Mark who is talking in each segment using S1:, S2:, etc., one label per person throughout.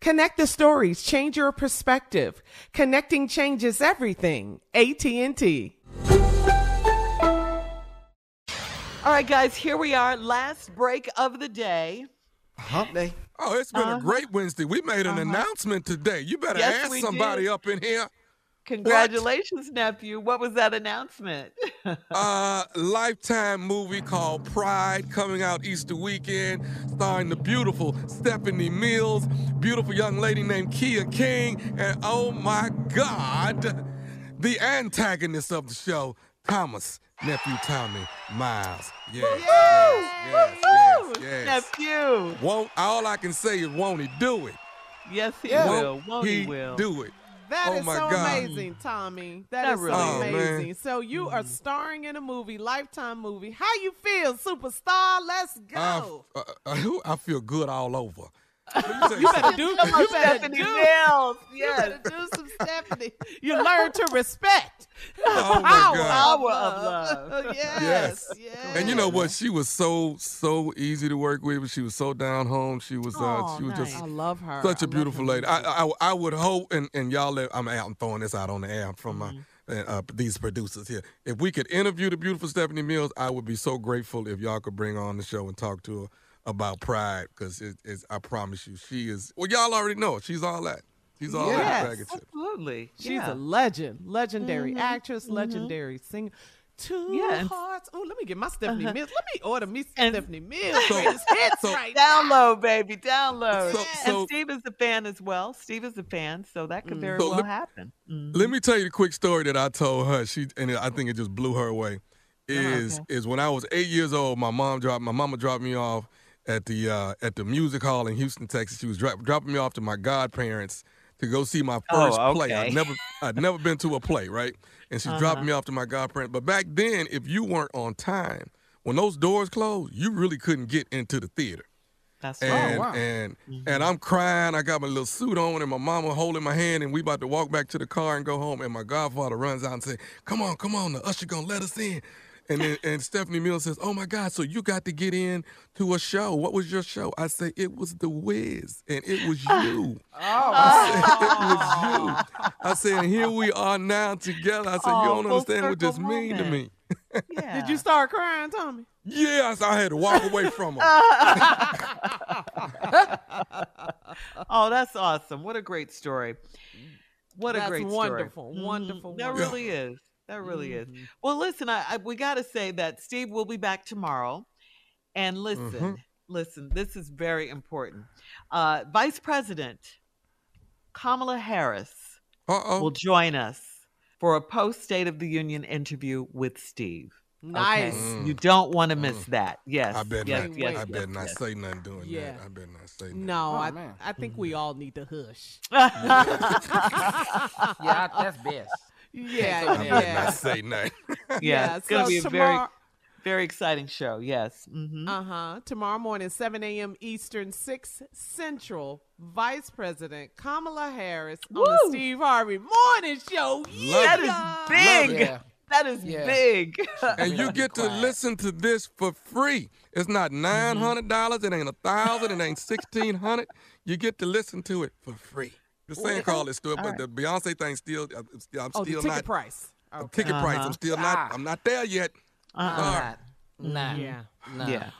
S1: Connect the stories, change your perspective. Connecting changes everything. AT&T.
S2: All right, guys, here we are. Last break of the day.
S3: Hump day.
S4: Oh, it's been a great Wednesday. We made an announcement today. You better
S2: Uh-huh. Yes, we
S4: ask somebody
S2: did.
S4: up in here.
S2: Congratulations, nephew. What was that announcement?
S4: Uh, lifetime movie called Pride coming out Easter weekend, starring the beautiful Stephanie Mills, beautiful young lady named Kia King, and oh my God, the antagonist of the show, Thomas Nephew Tommy Miles. Yes, yes, yes, yes, yes.
S2: nephew.
S4: Won't all I can say is won't he do it?
S2: Yes, he
S1: Yeah.
S2: will. Won't he,
S4: he
S2: will.
S4: do it?
S1: That
S4: Oh
S1: is
S4: my
S1: so
S4: God.
S1: amazing, Tommy.
S2: That
S1: that is
S2: really
S1: so
S4: is. Oh, man. Mm.
S1: amazing. So you are starring in a movie, Lifetime movie. How you feel, superstar? Let's
S4: I,
S1: go.
S4: uh, uh, I feel good all over. Let me tell you something.
S1: do,
S2: Come on, Stephanie Mills.
S1: You
S2: Yes.
S1: better do some Stephanie. You learn to respect.
S4: Oh, my
S1: Power
S4: God.
S2: Power of love.
S1: yes, yes.
S4: And you know what? She was so so easy to work with. She was so down home. She was uh,
S5: Aw,
S4: she was
S5: nice.
S4: just
S1: I love her.
S4: such
S1: a
S4: a beautiful lady. I, I I would hope and and y'all. Let, I'm I'm throwing this out on the air from my. And uh, these producers here. If we could interview the beautiful Stephanie Mills, I would be so grateful if y'all could bring her on the show and talk to her about pride, because it, it's, I promise you, she is. Well, y'all already know it. she's all that. She's all that.
S1: Yes.
S4: bag of chips.
S2: Absolutely.
S1: She's
S2: yeah. Mm-hmm.
S1: a legend, legendary actress, legendary singer. Two
S2: Yes. Uh-huh.
S1: hearts. Oh, let me get my Stephanie Mills. Let me order me some
S2: And-
S1: Stephanie Mills.
S4: So-
S1: greatest hits
S4: so-
S1: right now.
S2: Download, baby, download.
S4: So- so-
S2: and Steve is a fan as well. Steve is a fan, so that could very
S4: So
S2: well
S4: let-
S2: happen. Mm.
S4: Let me tell you the quick story that I told her. She and I think it just blew her away.
S2: Uh-huh,
S4: Is is when I was eight years old, my mom dropped my mama dropped me off at the uh, at the music hall in Houston, Texas. She was dro- dropping me off to my godparents to go see my
S2: Oh,
S4: first play.
S2: okay. Uh-huh.
S4: I'd never I'd never been to a play, right? And she dropped me off to my godparents. But back then, if you weren't on time, when those doors closed, you really couldn't get into the theater
S2: That's right.
S4: and
S3: wow.
S4: and
S1: Mm-hmm.
S4: and I'm crying. I got my little suit on, and my mama holding my hand, and we about to walk back to the car and go home. And my godfather runs out and says, "Come on, come on, the usher gonna let us in." And then, and Stephanie Mills says, "Oh my God, so you got to get in to a show? What was your show?" I say, "It was The Wiz, and it was you."
S2: Oh,
S1: Uh,
S4: I said, "It was you." I said, "And here we are now together." I said, "You
S2: Oh,
S4: don't
S2: full
S4: understand what this
S2: circle
S4: mean to
S2: moment.
S4: me."
S2: Yeah.
S1: Did you start crying, Tommy?
S4: Yeah, I, said, I had to walk away from her.
S2: Oh, that's awesome. What a great story. What
S1: That's
S2: a great
S1: wonderful,
S2: story. Mhm.
S1: wonderful,
S2: That
S1: wonderful.
S2: really is. That really
S4: Mm-hmm.
S2: is.
S4: Mm-hmm.
S2: Well, listen, I, I we got to say that Steve will be back tomorrow. And listen, listen, this is very important. Uh, Vice President Kamala Harris
S4: Uh
S2: will
S4: oh.
S2: join us for a post State of the Union interview with Steve.
S1: Mm-hmm. Nice.
S4: Mm.
S2: You don't want to miss that. Yes.
S4: I bet
S2: yes,
S4: not.
S2: yes,
S4: I
S2: yes,
S4: bet not
S2: yes.
S4: say nothing doing
S1: Yeah.
S4: that. I bet not say nothing.
S2: Oh,
S1: No, I,
S3: man.
S1: I think
S4: Mm-hmm.
S1: we all need to hush.
S3: Yeah, I- that's best.
S1: Yeah,
S4: I bet
S1: yeah.
S4: not say nothing.
S2: Yeah,
S1: Yeah,
S2: it's going
S1: so
S2: to be a
S1: tomorrow-
S2: very, very exciting show. Yes. hmm
S1: Uh huh. Tomorrow morning, 7 a.m. Eastern, 6 Central, Vice President Kamala Harris on the
S2: Woo!
S1: Steve Harvey Morning Show.
S2: That
S4: Love it.
S2: is big.
S3: Yeah.
S2: That is
S3: Yeah.
S2: big.
S4: And you
S3: Really
S4: get to
S3: quiet.
S4: listen to this for free. It's not
S1: Mm-hmm.
S4: nine hundred dollars. It ain't a thousand. It ain't sixteen hundred. You get to listen to it for free. The same call is still, but the Beyonce thing still. I'm still, I'm
S1: Oh, the
S4: still
S1: ticket
S4: not
S1: price. Uh-huh.
S4: I'm
S1: Okay.
S4: ticket price. I'm still
S3: Ah.
S4: not. I'm not there yet. Sorry.
S2: Uh-uh.
S3: Nah.
S1: Yeah.
S3: Nah.
S2: Yeah.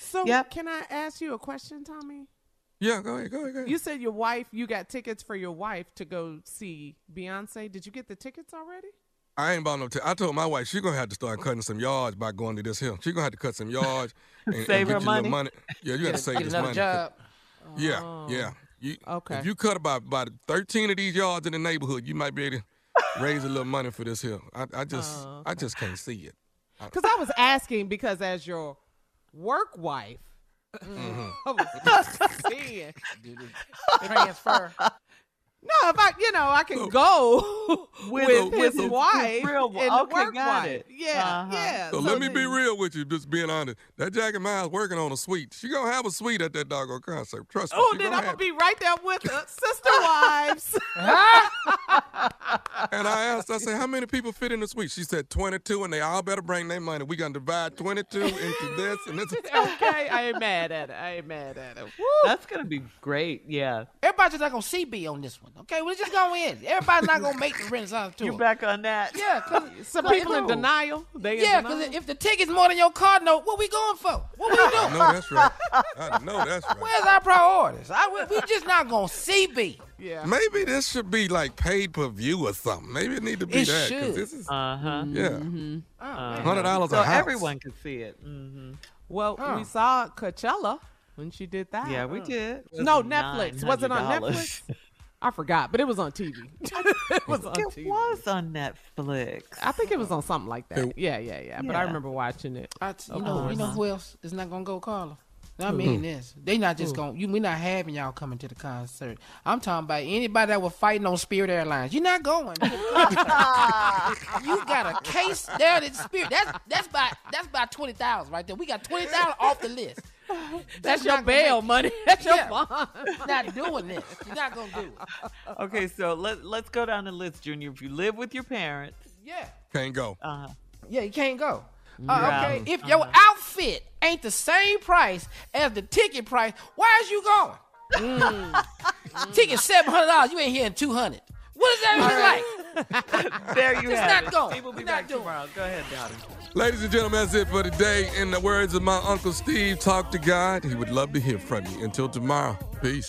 S1: So,
S2: Yep.
S1: can I ask you a question, Tommy?
S4: Yeah, go ahead, go ahead, go ahead.
S1: You said your wife, you got tickets for your wife to go see Beyonce. Did you get the tickets already?
S4: I ain't bought no. T- I told my wife she gonna have to start cutting some yards by going to this hill. She gonna have to cut some yards and, and
S2: Save
S4: get
S2: her
S4: you
S2: money.
S4: Little money. Yeah, you gotta save
S3: Get
S4: this
S3: another
S4: money.
S3: job.
S4: Yeah, yeah. You,
S1: Okay.
S4: If you cut about about thirteen of these yards in the neighborhood, you might be able to raise a little money for this hill. I, I just, I just can't see it.
S1: Because I was asking because as your work wife, I was seeing.
S3: Do this. Transfer.
S1: No, if I, you know, I can go with,
S4: With-
S1: his
S4: with-
S1: wife
S2: with real-
S1: and
S2: okay,
S1: the work
S2: got
S1: wife.
S2: it.
S1: Yeah,
S2: Uh-huh.
S1: yeah.
S4: So, let me be
S1: Uh, then-
S4: real with you, just being honest. That Jack and Miles working on a suite. She gonna have a suite at that doggone concert. Trust me.
S1: Oh,
S4: she
S1: then I'm gonna
S4: gonna have it.
S1: be right there with her. sister wives.
S4: And I asked, I said, how many people fit in the suite? She said 22, and they all better bring their money. We gonna divide 22 into this and this.
S1: okay, I ain't mad at it. I ain't mad at it. Woo.
S2: That's going to be great. Yeah.
S3: Everybody's not gonna see B on this one. Okay, we're just gonna win. Everybody's not gonna make the Renaissance tour.
S2: You're back on that.
S3: Yeah, cause
S1: Some
S3: 'cause
S1: people
S3: if-
S1: in denial. They
S3: Yeah,
S1: in denial.
S3: because if the ticket's more than your card note, what we going for? What we
S4: I
S3: doing?
S4: know that's right. I know that's right.
S3: Where's our priorities? I, we, we just not gonna see B.
S1: yeah.
S4: Maybe this should be like paid per view or something. Maybe it need to be
S3: It
S4: that. 'cause
S3: should.
S4: This is,
S2: Uh huh.
S4: yeah,
S3: Oh, man.
S4: hundred dollars
S2: Uh, So
S4: a house.
S2: everyone could see it. Mm-hmm.
S1: Well, we saw Coachella when she did that.
S2: Yeah, we did.
S1: No, Netflix. Was it on Netflix? I forgot, but it was on TV. it was on
S2: $900. It
S1: TV.
S2: was on Netflix.
S1: I think it was on something like that.
S4: It-
S1: yeah, yeah, yeah. But I
S2: Yeah.
S1: remember watching it.
S3: I t- you know, you know who else is not gonna go, Carla? I mean this. They not just gonna. You, we not having y'all coming to the concert. I'm talking about anybody that was fighting on Spirit Airlines. You're not going. you got a case down at Spirit. That's that's by that's by twenty thousand right there. We got twenty thousand off the list.
S1: That's your
S3: not gonna
S1: bail
S3: make it.
S1: money. That's your
S3: Yeah.
S1: bond.
S3: Not doing this. You're not gonna do it.
S2: Okay, so let, let's go down the list, Junior. If you live with your parents,
S3: Yeah.
S4: can't go.
S2: uh,
S3: Yeah, you can't go.
S2: Yeah.
S3: Uh, okay, if your outfit ain't the same price as the ticket price, why is you going? ticket seven hundred dollars. You ain't hearing two hundred. What does that even like?
S2: there you have
S3: not
S2: it.
S3: going.
S2: Steve will be
S3: Not
S2: back
S3: doing.
S2: tomorrow. Go ahead, Dottie.
S4: Ladies and gentlemen, that's it for today. In the words of my uncle Steve, talk to God. He would love to hear from you. Until tomorrow, peace.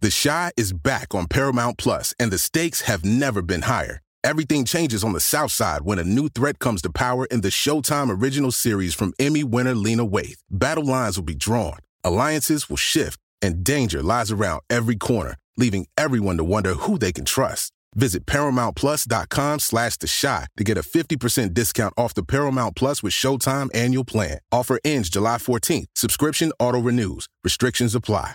S4: The Shy is back on Paramount Plus, and the stakes have never been higher. Everything changes on the South Side when a new threat comes to power in the Showtime original series from Emmy winner Lena Waithe. Battle lines will be drawn, alliances will shift, and danger lies around every corner, leaving everyone to wonder who they can trust. Visit ParamountPlus.com slash The Shot to get a 50% discount off the Paramount Plus with Showtime annual plan. Offer ends July 14th. Subscription auto-renews. Restrictions apply.